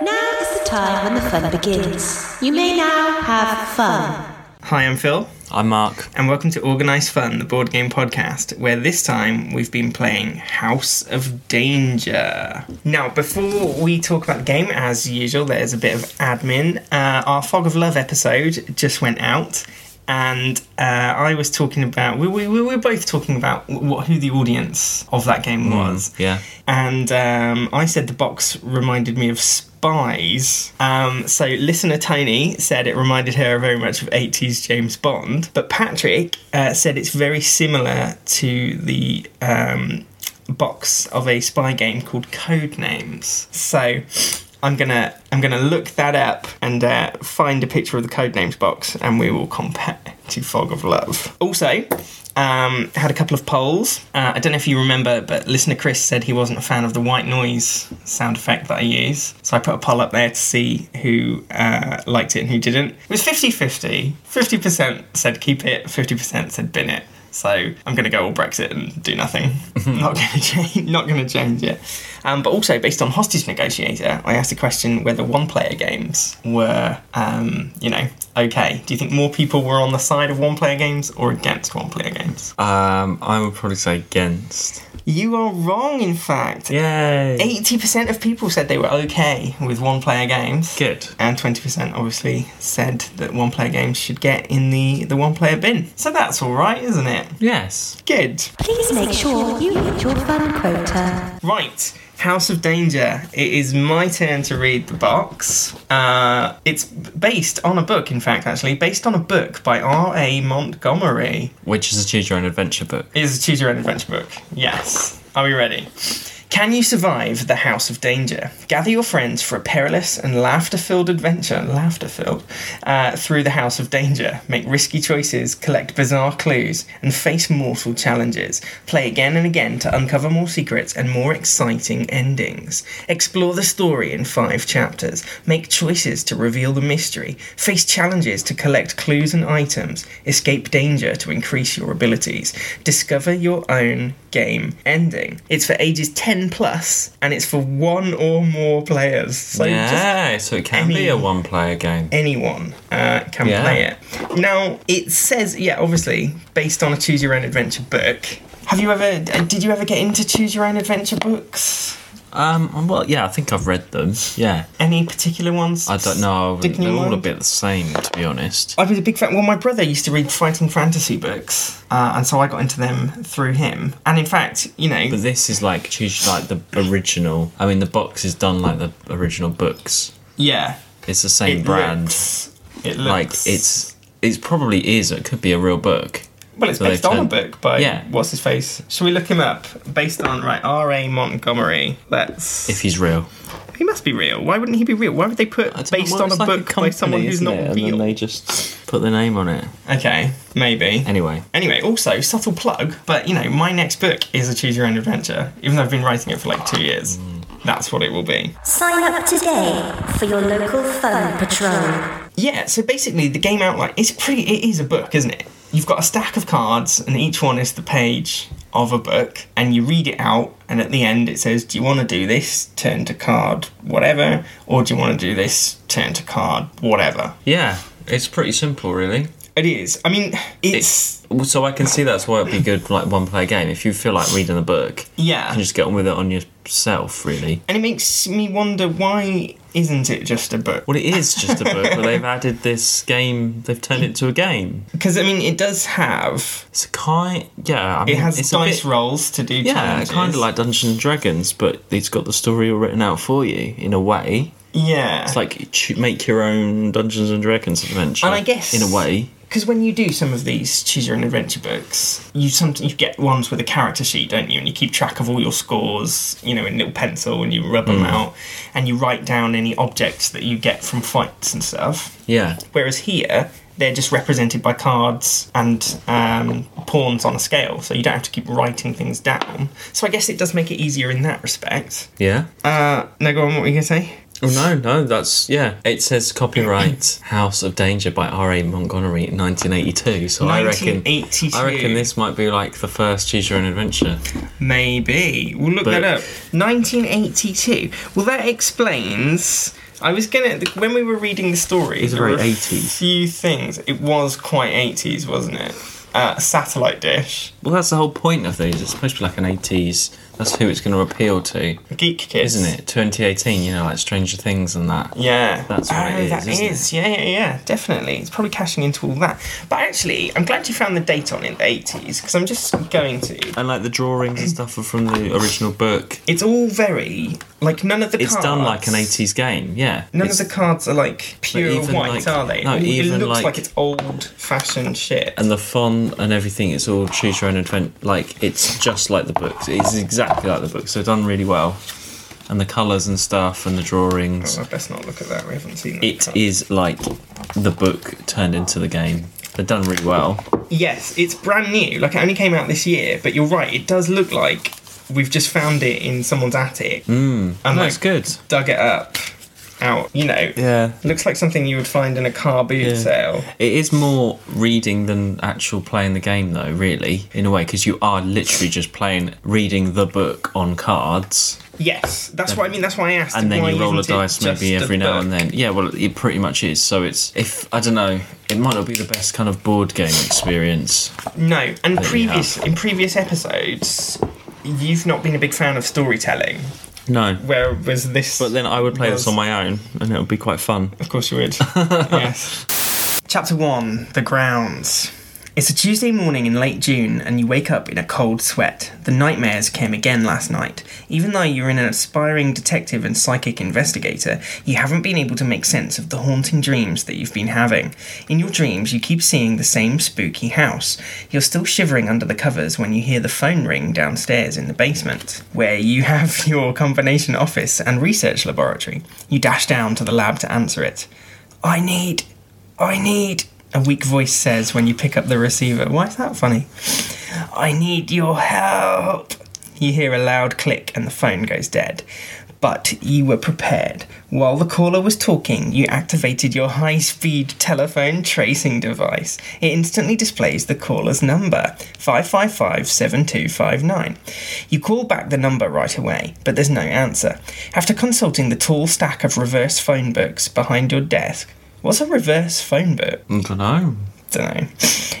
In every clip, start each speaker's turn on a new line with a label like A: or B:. A: Now is the time when the fun begins. You may now have fun.
B: Hi, I'm Phil,
C: I'm Mark.
B: and welcome to Organise Fun, the board game podcast, where this time we've been playing House of Danger. Now, before we talk about the game, as usual, there's a bit of admin. Uh, our Fog of Love episode just went out, and uh, I was talking about we, we, we were both talking about what who the audience of that game was.
C: Yeah.
B: and um, I said the box reminded me of spies. Um, so listener Tony said it reminded her very much of 80s James Bond, but Patrick uh, said it's very similar to the. Um, box of a spy game called Code Names. So I'm gonna I'm gonna look that up and uh, find a picture of the Code Names box, and we will compare to Fog of Love. Also. Um, had a couple of polls. Uh, I don't know if you remember, but listener Chris said he wasn't a fan of the white noise sound effect that I use. So I put a poll up there to see who uh, liked it and who didn't. It was 50 50. 50% said keep it, 50% said bin it. So I'm going to go all Brexit and do nothing. not going to change. Not going to change it. Um, but also based on hostage negotiator, I asked a question whether one-player games were, um, you know, okay. Do you think more people were on the side of one-player games or against one-player games?
C: Um, I would probably say against.
B: You are wrong. In fact,
C: Yay.
B: eighty percent of people said they were okay with one-player games.
C: Good.
B: And 20% obviously said that one player games should get in the, the one player bin. So that's alright, isn't it?
C: Yes.
B: Good.
A: Please make sure you meet your fun quota.
B: Right, House of Danger. It is my turn to read the box. Uh, it's based on a book, in fact, actually, based on a book by R.A. Montgomery.
C: Which is a choose your own adventure book.
B: It is a choose your own adventure book. Yes. Are we ready? Can you survive the House of Danger? Gather your friends for a perilous and laughter filled adventure, laughter filled, uh, through the House of Danger. Make risky choices, collect bizarre clues, and face mortal challenges. Play again and again to uncover more secrets and more exciting endings. Explore the story in five chapters. Make choices to reveal the mystery. Face challenges to collect clues and items. Escape danger to increase your abilities. Discover your own game ending. It's for ages 10 plus and it's for one or more players. So just
C: yeah, so it can be
B: any-
C: a one player game.
B: anyone uh, can
C: Yeah.
B: play it. Now it says, yeah, obviously based on a choose your own adventure book. Have you ever? uh, Did you ever get into choose your own adventure books?
C: Um, well, yeah, I think I've read them. Yeah.
B: Any particular ones?
C: I don't know.
B: Stick in
C: They're all a
B: mind?
C: bit the same, to be honest.
B: I was a big fan. Well, my brother used to read fighting fantasy books, uh, and so I got into them through him. And in fact, you know,
C: But this is like choose like the original. I mean, the box is done like the original books.
B: yeah,
C: It's the same brand.
B: looks- it
C: Like
B: looks-
C: it's it probably is. It could be a real book.
B: Well, it's
C: So they've
B: based on a
C: turned-
B: book by
C: Yeah.
B: what's his face. Shall we look him up? Based on right, R. A. Montgomery. Let's.
C: If he's real,
B: He must be real. Why wouldn't he be real? Why would they put
C: I don't know,
B: based
C: well,
B: on a
C: it's like
B: book by
C: company,
B: someone who's
C: isn't
B: not
C: it? And
B: real?
C: then they just put the name on it.
B: Okay, maybe.
C: Anyway,
B: Anyway, also subtle plug, but you know, my next book is a choose your own adventure. Even though I've been writing it for like two years, that's what it will be.
A: Sign up today for your local fun patrol.
B: Yeah. So basically, the game outline it's pretty. It is a book, isn't it? You've got a stack of cards, and each one is the page of a book, and you read it out, and at the end it says, "Do you want to do this? Turn to card whatever, or do you want to do this? Turn to card whatever."
C: yeah, it's pretty simple, really.
B: It is. I mean, it's
C: Well, So I can see that's why it'd be good for like one player game. If you feel like reading the book,
B: yeah.
C: you can just get on with it on yourself, really.
B: And it makes me wonder why isn't it just a book?
C: Well, it is just a book, but they've added this game. They've turned it to a game.
B: Because I mean, it does have
C: It's a kind, yeah. I mean,
B: it has
C: it's
B: dice
C: a bit,
B: rolls to do
C: Yeah,
B: challenges.
C: kind of like Dungeons and Dragons, but it's got the story all written out for you in a way.
B: yeah.
C: It's like ch- make your own Dungeons Uh, and Dragons adventure.
B: And I guess-
C: in a way,
B: Because when you do some of these choose your own adventure books, you sometimes you get ones with a character sheet, don't you? And you keep track of all your scores, you know, in little pencil, and you rub them
C: Hmm.
B: out, and you write down any objects that you get from fights and stuff.
C: yeah.
B: Whereas here, they're just represented by cards and um, pawns on a scale, so you don't have to keep writing things down. So I guess it does make it easier in that respect.
C: Yeah.
B: Uh, no, go on. What were you gonna say?
C: Oh, no, no, that's yeah. It says copyright House of Danger by R. A. Montgomery, in 1982. So I reckon,
B: 1982.
C: I reckon this might be like the first Choose Your Own Adventure.
B: Maybe. We'll look
C: But-
B: that up. 1982. Well, that explains I was gonna when we were reading the story.
C: It's
B: there
C: very
B: were
C: 80s.
B: Few things. It was quite eighties, wasn't it? Uh, satellite dish,
C: Well, that's the whole point of these. It's supposed to be like an 80s. That's who it's going to appeal to,
B: Geek Kids,
C: isn't it? 2018, you know, like Stranger Things and that.
B: Yeah,
C: That's what
B: oh,
C: it is,
B: that
C: isn't it?
B: is. Yeah, yeah, yeah. Definitely, it's probably cashing into all that. But actually, I'm glad you found the date on in the 80s because I'm just going to.
C: And like the drawings and stuff are from the original book.
B: It's all very like none of the.
C: It's
B: cards,
C: done like an 80s game, yeah.
B: None
C: It's-
B: of the cards are like pure
C: even,
B: white,
C: like-
B: are they?
C: no,
B: it
C: even,
B: looks like,
C: like-
B: it's old-fashioned shit.
C: and the font and everything it's all choose your own adventure like it's just like the books it's exactly like the books so done really well and the colors and stuff and the drawings
B: I best not look at that. We haven't seen that.
C: it
B: card.
C: is like the book turned into the game they're done really well
B: Yes, it's brand new. Like it only came out this year. But you're right. It does look like we've just found it in someone's attic and
C: no,
B: like
C: it's good
B: dug it up out. You know.
C: yeah
B: Looks like something you would find in a car boot
C: Yeah.
B: sale.
C: it is more reading than actual playing the game though really in a way because you are literally just playing reading the book on cards
B: Yes, that's what I mean. That's why I asked.
C: and then
B: why
C: you roll a
B: isn't it
C: dice
B: just
C: maybe
B: a
C: every now
B: book?
C: and then. Yeah, well, it pretty much is. So it's if I don't know, it might not be the best kind of board game experience.
B: No, and
C: you
B: previous in previous episodes, you've not been a big fan of storytelling.
C: No,
B: Whereas this,
C: but then I would play this
B: was-
C: on my own, and it would be quite fun.
B: Of course you would. yes. Chapter 1 The Grounds. It's a Tuesday morning in late June, and you wake up in a cold sweat. The nightmares came again last night. Even though you're an aspiring detective and psychic investigator, you haven't been able to make sense of the haunting dreams that you've been having. In your dreams, you keep seeing the same spooky house. You're still shivering under the covers when you hear the phone ring downstairs in the basement, where you have your combination office and research laboratory. You dash down to the lab to answer it. I need, I need, a weak voice says when you pick up the receiver. Why is that funny? I need your help. You hear a loud click and the phone goes dead. But you were prepared. While the caller was talking, you activated your high speed telephone tracing device. It instantly displays the caller's number 555 7259. You call back the number right away, but there's no answer. After consulting the tall stack of reverse phone books behind your desk, what's a reverse phone book?
C: I don't know.
B: Dunno.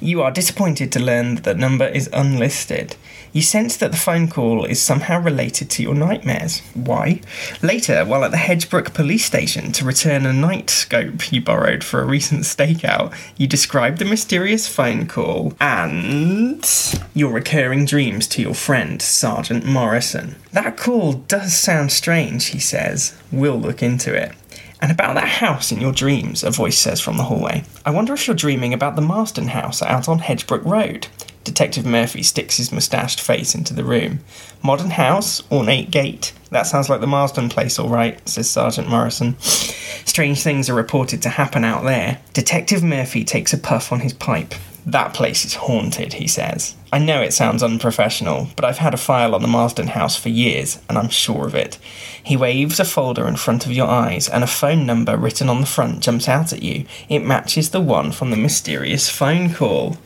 B: You are disappointed to learn that the number is unlisted. You sense that the phone call is somehow related to your nightmares. Why? Later, while at the Hedgebrook police station to return a night scope you borrowed for a recent stakeout, you describe the mysterious phone call and your recurring dreams to your friend, Sergeant Morrison. That call does sound strange, he says. We'll look into it. And about that house in your dreams, a voice says from the hallway. I wonder if you're dreaming about the Marston house out on Hedgebrook Road. Detective Murphy sticks his moustached face into the room. Modern house, ornate gate. That sounds like the Marsden place, all right, says Sergeant Morrison. Strange things are reported to happen out there. Detective Murphy takes a puff on his pipe. That place is haunted, he says. I know it sounds unprofessional, but I've had a file on the Marsden house for years, and I'm sure of it. He waves a folder in front of your eyes, and a phone number written on the front jumps out at you. It matches the one from the mysterious phone call.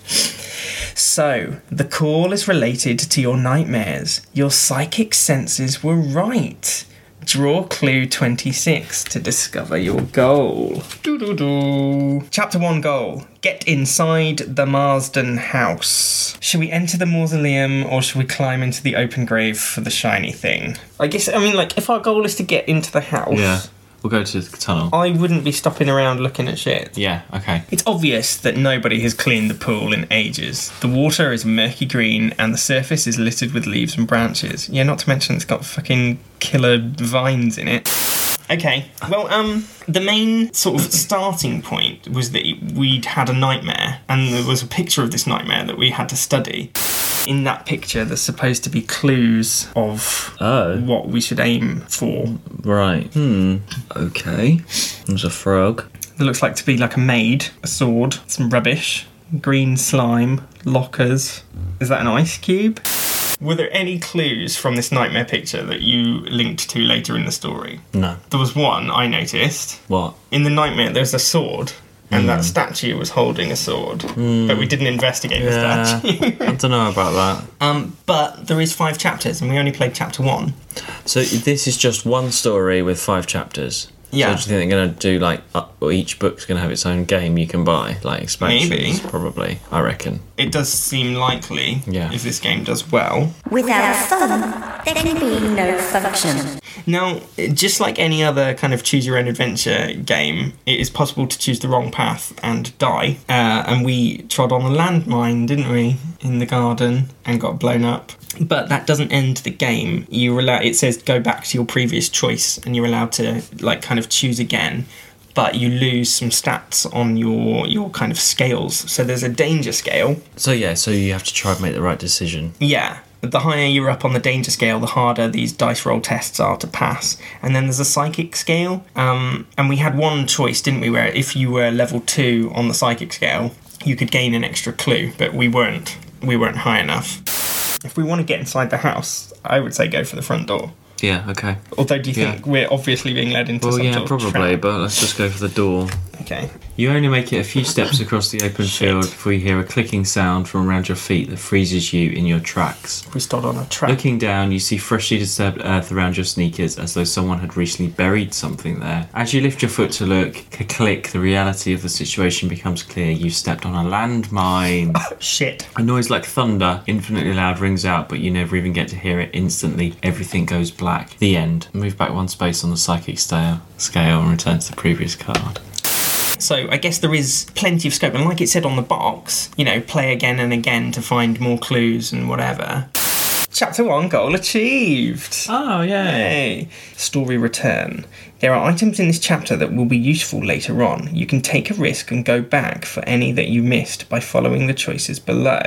B: So, the call is related to your nightmares. Your psychic senses were right. Draw clue 26 to discover your goal. Doo-doo-doo. Chapter 1 goal Get inside the Marsden house. Should we enter the mausoleum or should we climb into the open grave for the shiny thing? I guess, I mean, like, if our goal is to get into the house,
C: Yeah, we'll go to the tunnel.
B: I wouldn't be stopping around looking at shit.
C: Yeah, okay.
B: It's obvious that nobody has cleaned the pool in ages. The water is murky green and the surface is littered with leaves and branches. Yeah, not to mention it's got fucking killer vines in it. Okay, well, um, the main sort of starting point was that we'd had a nightmare, and there was a picture of this nightmare that we had to study. In that picture, there's supposed to be clues of
C: Oh.
B: what we should aim for.
C: Right. Hmm. Okay. There's a frog.
B: There looks like to be like a maid, a sword, some rubbish, green slime, lockers. Is that an ice cube? Were there any clues from this nightmare picture that you linked to later in the story?
C: No.
B: There was one I noticed.
C: What?
B: In the nightmare, there's a sword, and
C: Hmm.
B: that statue was holding a sword, but we didn't investigate the
C: Yeah.
B: statue.
C: I don't know about that.
B: um, but there is five chapters, and we only played chapter one.
C: So this is just one story with five chapters.
B: Yeah.
C: So do you think they're going to do like uh, well, each book's going to have its own game you can buy, like expansions?
B: Maybe.
C: Probably, I reckon.
B: It does seem likely
C: Yeah.
B: if this game does well.
D: Without fun, there can be no function.
B: Now, just like any other kind of choose your own adventure game, it is possible to choose the wrong path and die. Uh, and we trod on a landmine, didn't we, in the garden and got blown up. But that doesn't end the game. You're allowed. It says go back to your previous choice, and you're allowed to like kind of choose again. But you lose some stats on your your kind of scales. So there's a danger scale,
C: So yeah, so you have to try and make the right decision.
B: yeah. The higher you're up on the danger scale, the harder these dice roll tests are to pass. And then there's a psychic scale. Um, and we had one choice, didn't we, where if you were level two on the psychic scale, you could gain an extra clue, but we weren't. We weren't high enough. If we want to get inside the house, I would say go for the front door.
C: Yeah. Okay.
B: Although, do you
C: Yeah.
B: think we're obviously being led into
C: Well,
B: some
C: yeah,
B: sort of
C: probably,
B: trap?
C: but let's just go for the door.
B: Okay.
C: You only make it a few steps across the open field before you hear a clicking sound from around your feet that freezes you in your tracks.
B: We start on a trap.
C: Looking down, you see freshly disturbed earth around your sneakers as though someone had recently buried something there. As you lift your foot to look, c- click, the reality of the situation becomes clear. You've stepped on a landmine.
B: Shit.
C: A noise like thunder, infinitely loud, rings out, but you never even get to hear it. Instantly, everything goes black. The end. Move back one space on the psychic scale, scale and return to the previous card.
B: So I guess there is plenty of scope, and like it said on the box, you know, play again and again to find more clues and whatever. Chapter 1 Goal Achieved!
C: Oh, yeah.
B: Hey. Story return. There are items in this chapter that will be useful later on. You can take a risk and go back for any that you missed by following the choices below.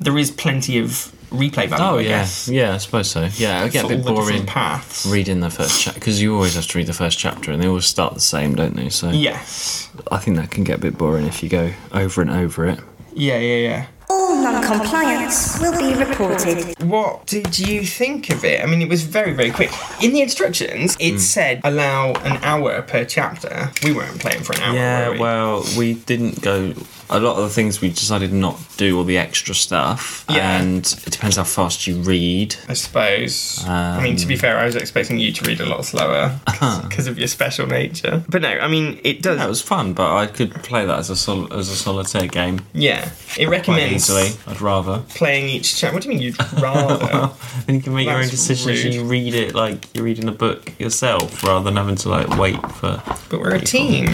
B: There is plenty of replay value,
C: Oh,
B: I
C: yeah.
B: guess.
C: Yeah, I suppose so. Yeah, I get a
B: for
C: bit
B: all the different
C: boring
B: paths.
C: reading the first chapter because you always have to read the first chapter and they always start the same, don't they? So
B: yes.
C: I think that can get a bit boring if you go over and over it.
B: Yeah, yeah, yeah.
D: All non-compliance will be reported.
B: What did you think of it? I mean, it was very, very quick. In the instructions,
C: Hmm.
B: it said allow an hour per chapter. We weren't playing for an hour. were
C: Yeah,
B: we?
C: well, we didn't go. A lot of the things we decided not to do all the extra stuff,
B: Yeah.
C: and it depends how fast you read.
B: I suppose. I mean, to
C: um,
B: be fair, I was expecting you to read a lot slower
C: Uh-huh.
B: because of your special nature. But no, I mean, it does.
C: That was fun, but I could play that as a sol- as a solitaire game
B: yeah, it
C: quite
B: recommends
C: easily. I'd rather.
B: playing each chapter. What do you mean you'd rather?
C: And you can make your own
B: Oh, That's
C: decisions.
B: rude.
C: You read it like you're reading a book yourself, rather than having to like wait for.
B: but we're a team.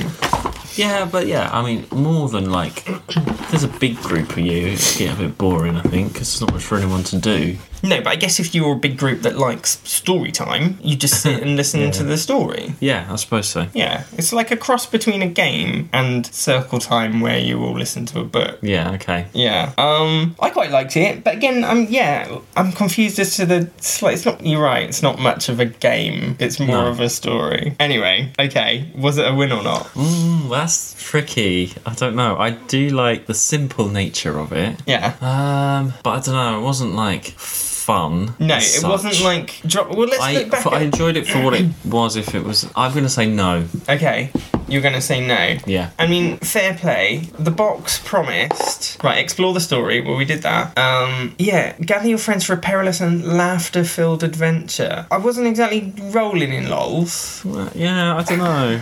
C: Yeah, but yeah, I mean, more than like, if there's a big group of you. It's getting a bit boring, I think, because there's not much for anyone to do.
B: No, but I guess if you're a big group that likes story time, you just sit and listen to the story.
C: Yeah, I suppose so.
B: Yeah, it's like a cross between a game and circle time where you all listen to a book.
C: Yeah. Okay.
B: Yeah. Um, I quite liked it, but again, I'm yeah, I'm confused as to the. sli- It's not. You're right. It's not much of a game. It's more
C: No.
B: of a story. Anyway, okay. Was it a win or not?
C: Mm. Well, that's tricky. I don't know. I do like the simple nature of it.
B: Yeah.
C: Um, but I don't know. It wasn't like fun.
B: No,
C: as
B: it
C: such.
B: wasn't like drop. Well, let's
C: I,
B: look back.
C: for- I
B: at-
C: enjoyed it for what it was. If it was, I'm gonna say no.
B: okay, you're gonna say no.
C: Yeah.
B: I mean, fair play. The box promised. Right, explore the story. Well, we did that. Um, yeah, gather your friends for a perilous and laughter filled adventure. I wasn't exactly rolling in lols.
C: Well, Uh, Yeah, I don't know.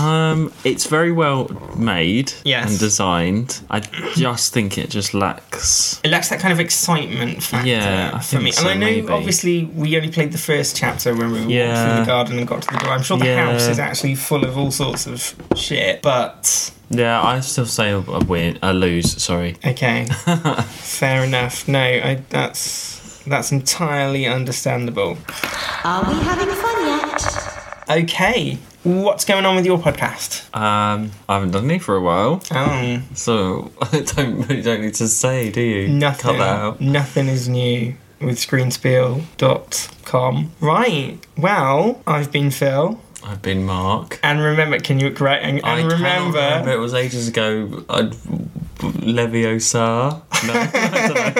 C: um, it's very well made
B: Yes.
C: and designed. I just think it just lacks.
B: It lacks that kind of excitement factor
C: Yeah, I
B: for
C: think
B: me.
C: so,
B: and I know,
C: maybe.
B: obviously, we only played the first chapter when we walked through
C: Yeah.
B: the garden and got to the door. I'm sure the
C: Yeah.
B: house is actually full of all sorts of shit, but
C: Yeah, I still say a, a win, a lose. Sorry.
B: okay, fair enough. No, I, that's that's entirely understandable.
A: Are we having fun yet?
B: Okay, what's going on with your podcast?
C: Um, I haven't done any for a while.
B: Um,
C: So I don't you don't need to say, do you?
B: nothing.
C: Cut that out.
B: Nothing is new with screenspiel.com. Right. Well, I've been Phil.
C: I've been Mark.
B: And remember, can you correct? And,
C: I
B: and
C: cannot
B: remember,
C: remember, it was ages ago. I'd, Leviosa. No, I don't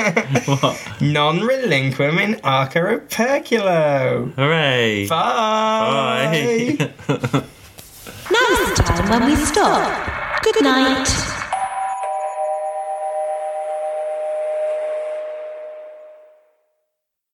C: know. What?
B: non-relinquum in arca operculo.
C: Hooray!
B: Bye.
C: Bye.
A: Now is the time when we stop. Good night.